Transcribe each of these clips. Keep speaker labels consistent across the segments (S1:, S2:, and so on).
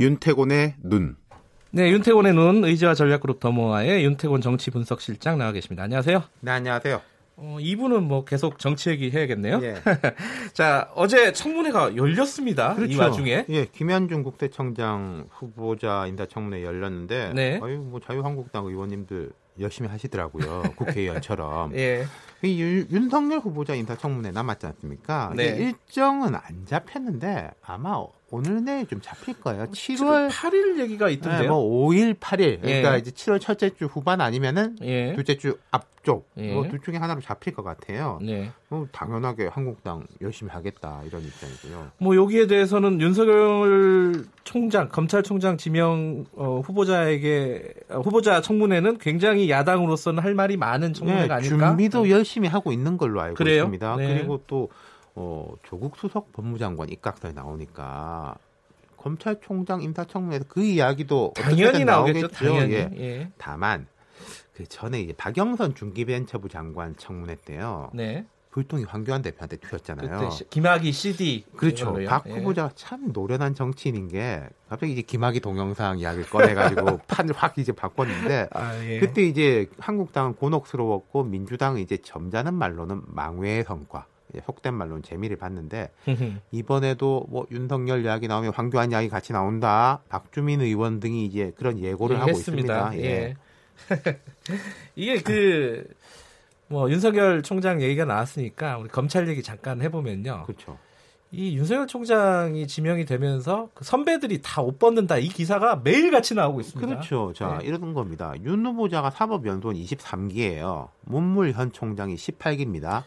S1: 윤태곤의 눈.
S2: 네, 윤태곤의 눈 의지와 전략그룹 더모아의 윤태곤 정치분석실장 나와 계십니다. 안녕하세요.
S1: 네, 안녕하세요.
S2: 어, 이분은 뭐 계속 정치 얘기 해야겠네요.
S1: 예.
S2: 자, 어제 청문회가 열렸습니다. 이 와중에.
S1: 예, 김현중 국세청장 후보자 인사청문회 열렸는데
S2: 네.
S1: 아유, 뭐 자유한국당 의원님들 열심히 하시더라고요. 국회의원처럼.
S2: 예.
S1: 이 윤- 윤석열 후보자 인사청문회 남았지 않습니까?
S2: 네.
S1: 이게 일정은 안 잡혔는데 아마 오늘 내일 좀 잡힐 거예요.
S2: 뭐
S1: 7월
S2: 7월 8일 얘기가 있던데요.
S1: 네, 뭐 5일, 8일. 그러니까
S2: 예.
S1: 이제 7월 첫째 주 후반 아니면은
S2: 예.
S1: 둘째 주 앞쪽
S2: 예.
S1: 뭐 둘 중에 하나로 잡힐 것 같아요.
S2: 네.
S1: 뭐 당연하게 한국당 열심히 하겠다 이런 입장이고요.
S2: 뭐 여기에 대해서는 윤석열 총장 검찰총장 지명 어, 후보자에게 어, 후보자 청문회는 굉장히 야당으로서는 할 말이 많은 청문회가
S1: 네,
S2: 아닐까?
S1: 준비도 열심히 하고 있는 걸로 알고
S2: 그래요?
S1: 있습니다.
S2: 네.
S1: 그리고 또 어, 조국 수석 법무장관 입각서에 나오니까 검찰총장 임사청문회에서 그 이야기도
S2: 당연히
S1: 어떻게든
S2: 나오겠죠.
S1: 나오겠죠.
S2: 당연히.
S1: 예.
S2: 예.
S1: 다만 그 전에 이제 박영선 중기벤처부 장관 청문회 때요.
S2: 네.
S1: 불통이 황교안 대표한테
S2: 그때
S1: 튀었잖아요.
S2: 시- 김학의 CD
S1: 그렇죠.
S2: 이걸로요.
S1: 박
S2: 예.
S1: 후보자가 참 노련한 정치인인 게 갑자기 이제 김학의 동영상 이야기를 꺼내가지고 판을 확 이제 바꿨는데
S2: 아, 예.
S1: 그때 이제 한국당은 곤혹스러웠고 민주당은 이제 점잖은 말로는 망회의 성과 이제 속된 말로는 재미를 봤는데 이번에도 뭐 윤석열 이야기 나오면 황교안 이야기 같이 나온다 박주민 의원 등이 이제 그런 예고를 하고
S2: 했습니다.
S1: 있습니다.
S2: 예. 이게 그. 뭐 윤석열 총장 얘기가 나왔으니까 우리 검찰 얘기 잠깐 해보면요.
S1: 그렇죠.
S2: 이 윤석열 총장이 지명이 되면서 그 선배들이 다 옷 벗는다 이 기사가 매일 같이 나오고 있습니다.
S1: 그렇죠. 자,
S2: 네.
S1: 이러는 겁니다. 윤 후보자가 사법연수원 23기예요. 문물현 총장이 18기입니다.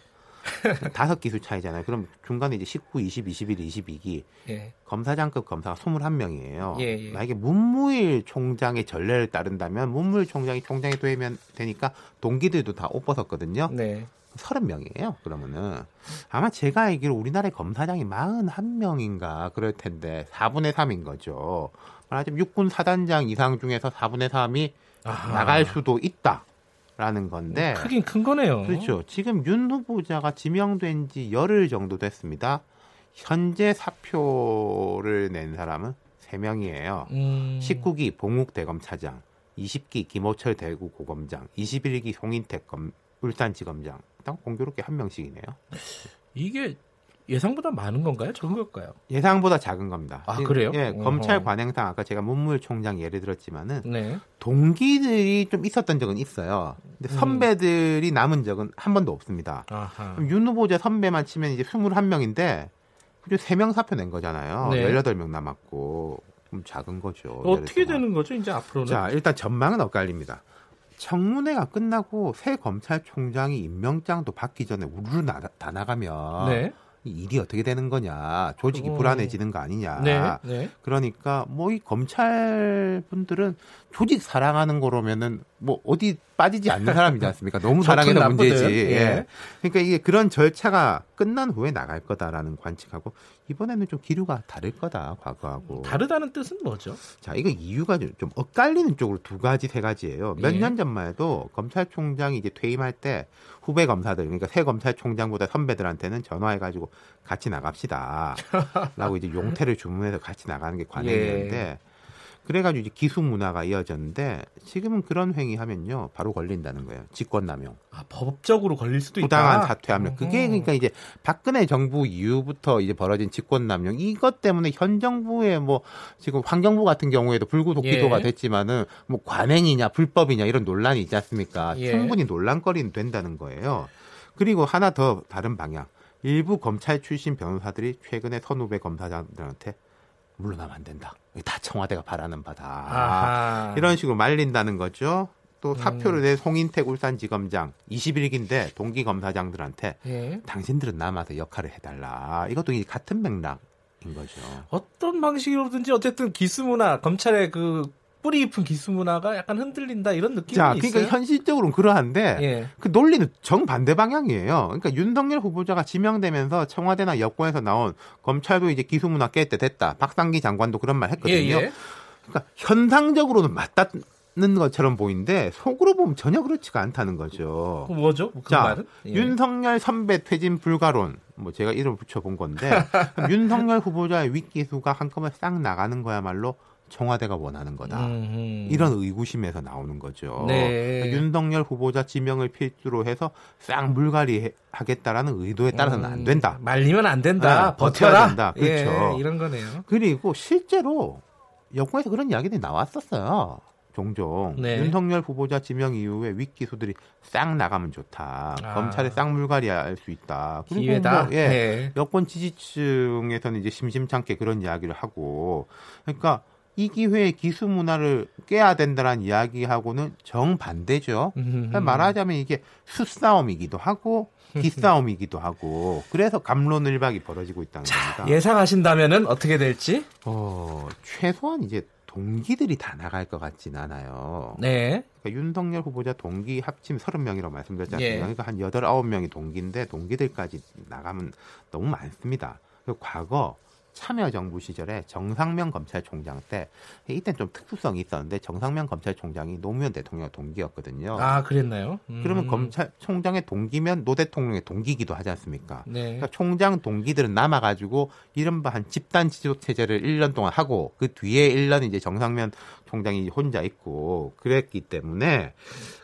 S1: 다섯 기수 차이잖아요. 그럼 중간에 이제 19, 20, 21, 22기
S2: 예.
S1: 검사장급 검사가 21명이에요.
S2: 예, 예.
S1: 만약에 문무일 총장의 전례를 따른다면 문무일 총장이 총장이 되면 되니까 동기들도 다 옷 벗었거든요.
S2: 네.
S1: 30명이에요. 그러면은 아마 제가 알기로 우리나라의 검사장이 41명인가 그럴 텐데 4분의 3인 거죠. 말하자면 육군 사단장 이상 중에서 4분의 3이
S2: 아하. 음,
S1: 나갈 수도 있다라는 건데
S2: 크긴 큰 거네요.
S1: 예. 그렇죠. 지금 윤 후보자가 지명된 지 열흘 정도 됐습니다. 현재 사표를 낸 사람은 3명이에요.
S2: 음.
S1: 19기 봉욱 대검 차장, 20기 김호철 대구 고검장, 21기 송인택 검 울산지검장. 딱 공교롭게 한 명씩이네요.
S2: 이게 예상보다 많은 건가요? 적은 걸까요?
S1: 예상보다 작은 겁니다.
S2: 아,
S1: 예,
S2: 그래요?
S1: 예,
S2: 어허.
S1: 검찰 관행상 아까 제가 문물총장 예를 들었지만은
S2: 네.
S1: 동기들이 좀 있었던 적은 있어요. 근데
S2: 음.
S1: 선배들이 남은 적은 한 번도 없습니다.
S2: 아하.
S1: 그럼 윤 후보자 선배만 치면 이제 21명인데 그중 3명 사표 낸 거잖아요.
S2: 네.
S1: 18명 남았고 좀 작은 거죠.
S2: 어떻게
S1: 열흘 동안.
S2: 되는 거죠? 이제 앞으로는
S1: 자, 일단 전망은 엇갈립니다. 청문회가 끝나고 새 검찰총장이 임명장도 받기 전에 우르르 나, 다 나가면
S2: 네.
S1: 이 일이 어떻게 되는 거냐, 조직이
S2: 어.
S1: 불안해지는 거 아니냐.
S2: 네. 네.
S1: 그러니까 뭐 이 검찰 분들은 조직 사랑하는 거라면은 뭐 어디 빠지지 않는 사람이지 않습니까? 너무
S2: 좋든
S1: 사랑해서
S2: 나쁘든.
S1: 문제지.
S2: 예.
S1: 예. 그러니까 이게 그런 절차가 끝난 후에 나갈 거다라는 관측하고 이번에는 좀 기류가 다를 거다 과거하고.
S2: 다르다는 뜻은 뭐죠?
S1: 자, 이거 이유가 좀, 좀 엇갈리는 쪽으로 두 가지, 세 가지예요. 몇
S2: 예.
S1: 년 전만 해도 검찰총장이 이제 퇴임할 때 후배 검사들, 그러니까 새 검찰총장보다 선배들한테는 전화해가지고 같이 나갑시다. 라고 이제 용태를 주문해서 같이 나가는 게 관행이었는데 그래가지고 이제 기숙 문화가 이어졌는데 지금은 그런 행위 하면요. 바로 걸린다는 거예요. 직권남용.
S2: 아, 법적으로 걸릴 수도 있다. 음.
S1: 부당한 사퇴하면 그게
S2: 어허.
S1: 그러니까 이제 박근혜 정부 이후부터 이제 벌어진 직권 남용 이것 때문에 현 정부의 뭐 지금 환경부 같은 경우에도 불구속
S2: 예.
S1: 기소가 됐지만은 뭐 관행이냐 불법이냐 이런 논란이 있지 않습니까?
S2: 예.
S1: 충분히 논란거리는 된다는 거예요. 그리고 하나 더 다른 방향. 일부 검찰 출신 변호사들이 최근에 선후배 검사장들한테 물러나면 안 된다. 이게 다 청와대가 바라는 바다.
S2: 아하.
S1: 이런 식으로 말린다는 거죠. 또 사표를
S2: 음.
S1: 낸 송인택 울산지검장 21기인데 동기 검사장들한테
S2: 예.
S1: 당신들은 남아서 역할을 해달라. 이것도 이제 같은 맥락인 거죠.
S2: 어떤 방식으로든지 어쨌든 기수 문화 검찰의 그 뿌리 깊은 기수 문화가 약간 흔들린다 이런 느낌이
S1: 자, 그러니까
S2: 있어요.
S1: 현실적으로는 그러한데
S2: 예.
S1: 그 논리는 정반대 방향이에요. 그러니까 윤석열 후보자가 지명되면서 청와대나 여권에서 나온 검찰도 이제 기수문화 깰 때 됐다. 박상기 장관도 그런 말
S2: 예,
S1: 했거든요.
S2: 예.
S1: 그러니까 현상적으로는 맞다는 것처럼 보이는데 속으로 보면 전혀 그렇지가 않다는 거죠.
S2: 그 뭐죠? 그
S1: 자,
S2: 말은? 예.
S1: 윤석열 선배 퇴진 불가론. 뭐 제가 이름 붙여본 건데 윤석열 후보자의 윗기수가 한꺼번에 싹 나가는 거야말로 청와대가 원하는 거다.
S2: 음, 음.
S1: 이런 의구심에서 나오는 거죠.
S2: 네.
S1: 윤석열 후보자 지명을 필두로 해서 싹 물갈이 하겠다라는 의도에 따라서는
S2: 음.
S1: 안 된다.
S2: 말리면 안 된다.
S1: 네, 버텨야
S2: 버텨라.
S1: 된다.
S2: 예,
S1: 그렇죠.
S2: 이런 거네요.
S1: 그리고 실제로 여권에서 그런 이야기들이 나왔었어요. 종종
S2: 네.
S1: 윤석열 후보자 지명 이후에 윗기수들이 싹 나가면 좋다.
S2: 아.
S1: 검찰에 싹 물갈이 할 수 있다. 그리고
S2: 기회다. 네.
S1: 뭐, 예. 여권 지지층에서는 이제 심심찮게 그런 이야기를 하고 그러니까 이 기회에 기수 문화를 깨야 된다는 이야기하고는 정반대죠.
S2: 음,
S1: 그러니까 말하자면 이게 수싸움이기도 하고 기싸움이기도 하고 그래서 감론을박이 벌어지고 있다는 겁니다.
S2: 예상하신다면은 어떻게 될지.
S1: 어, 최소한 이제 동기들이 다 나갈 것 같진 않아요.
S2: 네.
S1: 그러니까 윤석열 후보자 동기 합치면 30명이라고 말씀드렸지 않습니까?
S2: 예.
S1: 그러니까 한 8, 9명이 동기인데 동기들까지 나가면 너무 많습니다. 그리고 과거 참여정부 시절에 정상명 검찰총장 때 이때는 좀 특수성이 있었는데 정상명 검찰총장이 노무현 대통령 동기였거든요.
S2: 아 그랬나요?
S1: 어.
S2: 음.
S1: 그러면 검찰총장의 동기면 노 대통령의 동기이기도 하지 않습니까?
S2: 네.
S1: 그러니까 총장 동기들은 남아가지고 이른바 한 집단 지도 체제를 1년 동안 하고 그 뒤에 1년 이제 정상면 총장이 혼자 있고 그랬기 때문에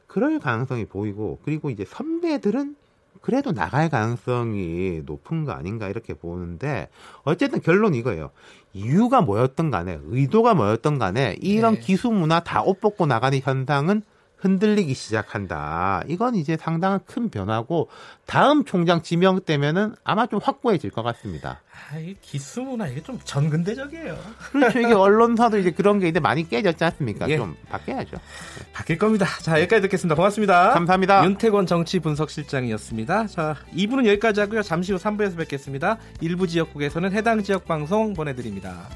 S1: 그럴 가능성이 보이고 그리고 이제 선배들은 그래도 나갈 가능성이 높은 거 아닌가 이렇게 보는데 어쨌든 결론 이거예요. 이유가 뭐였던 간에 의도가 뭐였던 간에 이런
S2: 네.
S1: 기수 문화 다 옷 벗고 나가는 현상은 흔들리기 시작한다. 이건 이제 상당한 큰 변화고 다음 총장 지명 때면은 아마 좀 확고해질 것 같습니다.
S2: 아, 이 기수 문화 이게 좀 전근대적이에요.
S1: 그렇죠. 이게 언론사도 이제 그런 게 이제 많이 깨졌지 않습니까?
S2: 예.
S1: 좀 바뀌어야죠.
S2: 바뀔 겁니다. 자 여기까지 듣겠습니다. 고맙습니다.
S1: 감사합니다.
S2: 윤태권 정치 분석실장이었습니다. 자 2부는 여기까지 하고요. 잠시 후 3부에서 뵙겠습니다. 일부 지역국에서는 해당 지역 방송 보내드립니다.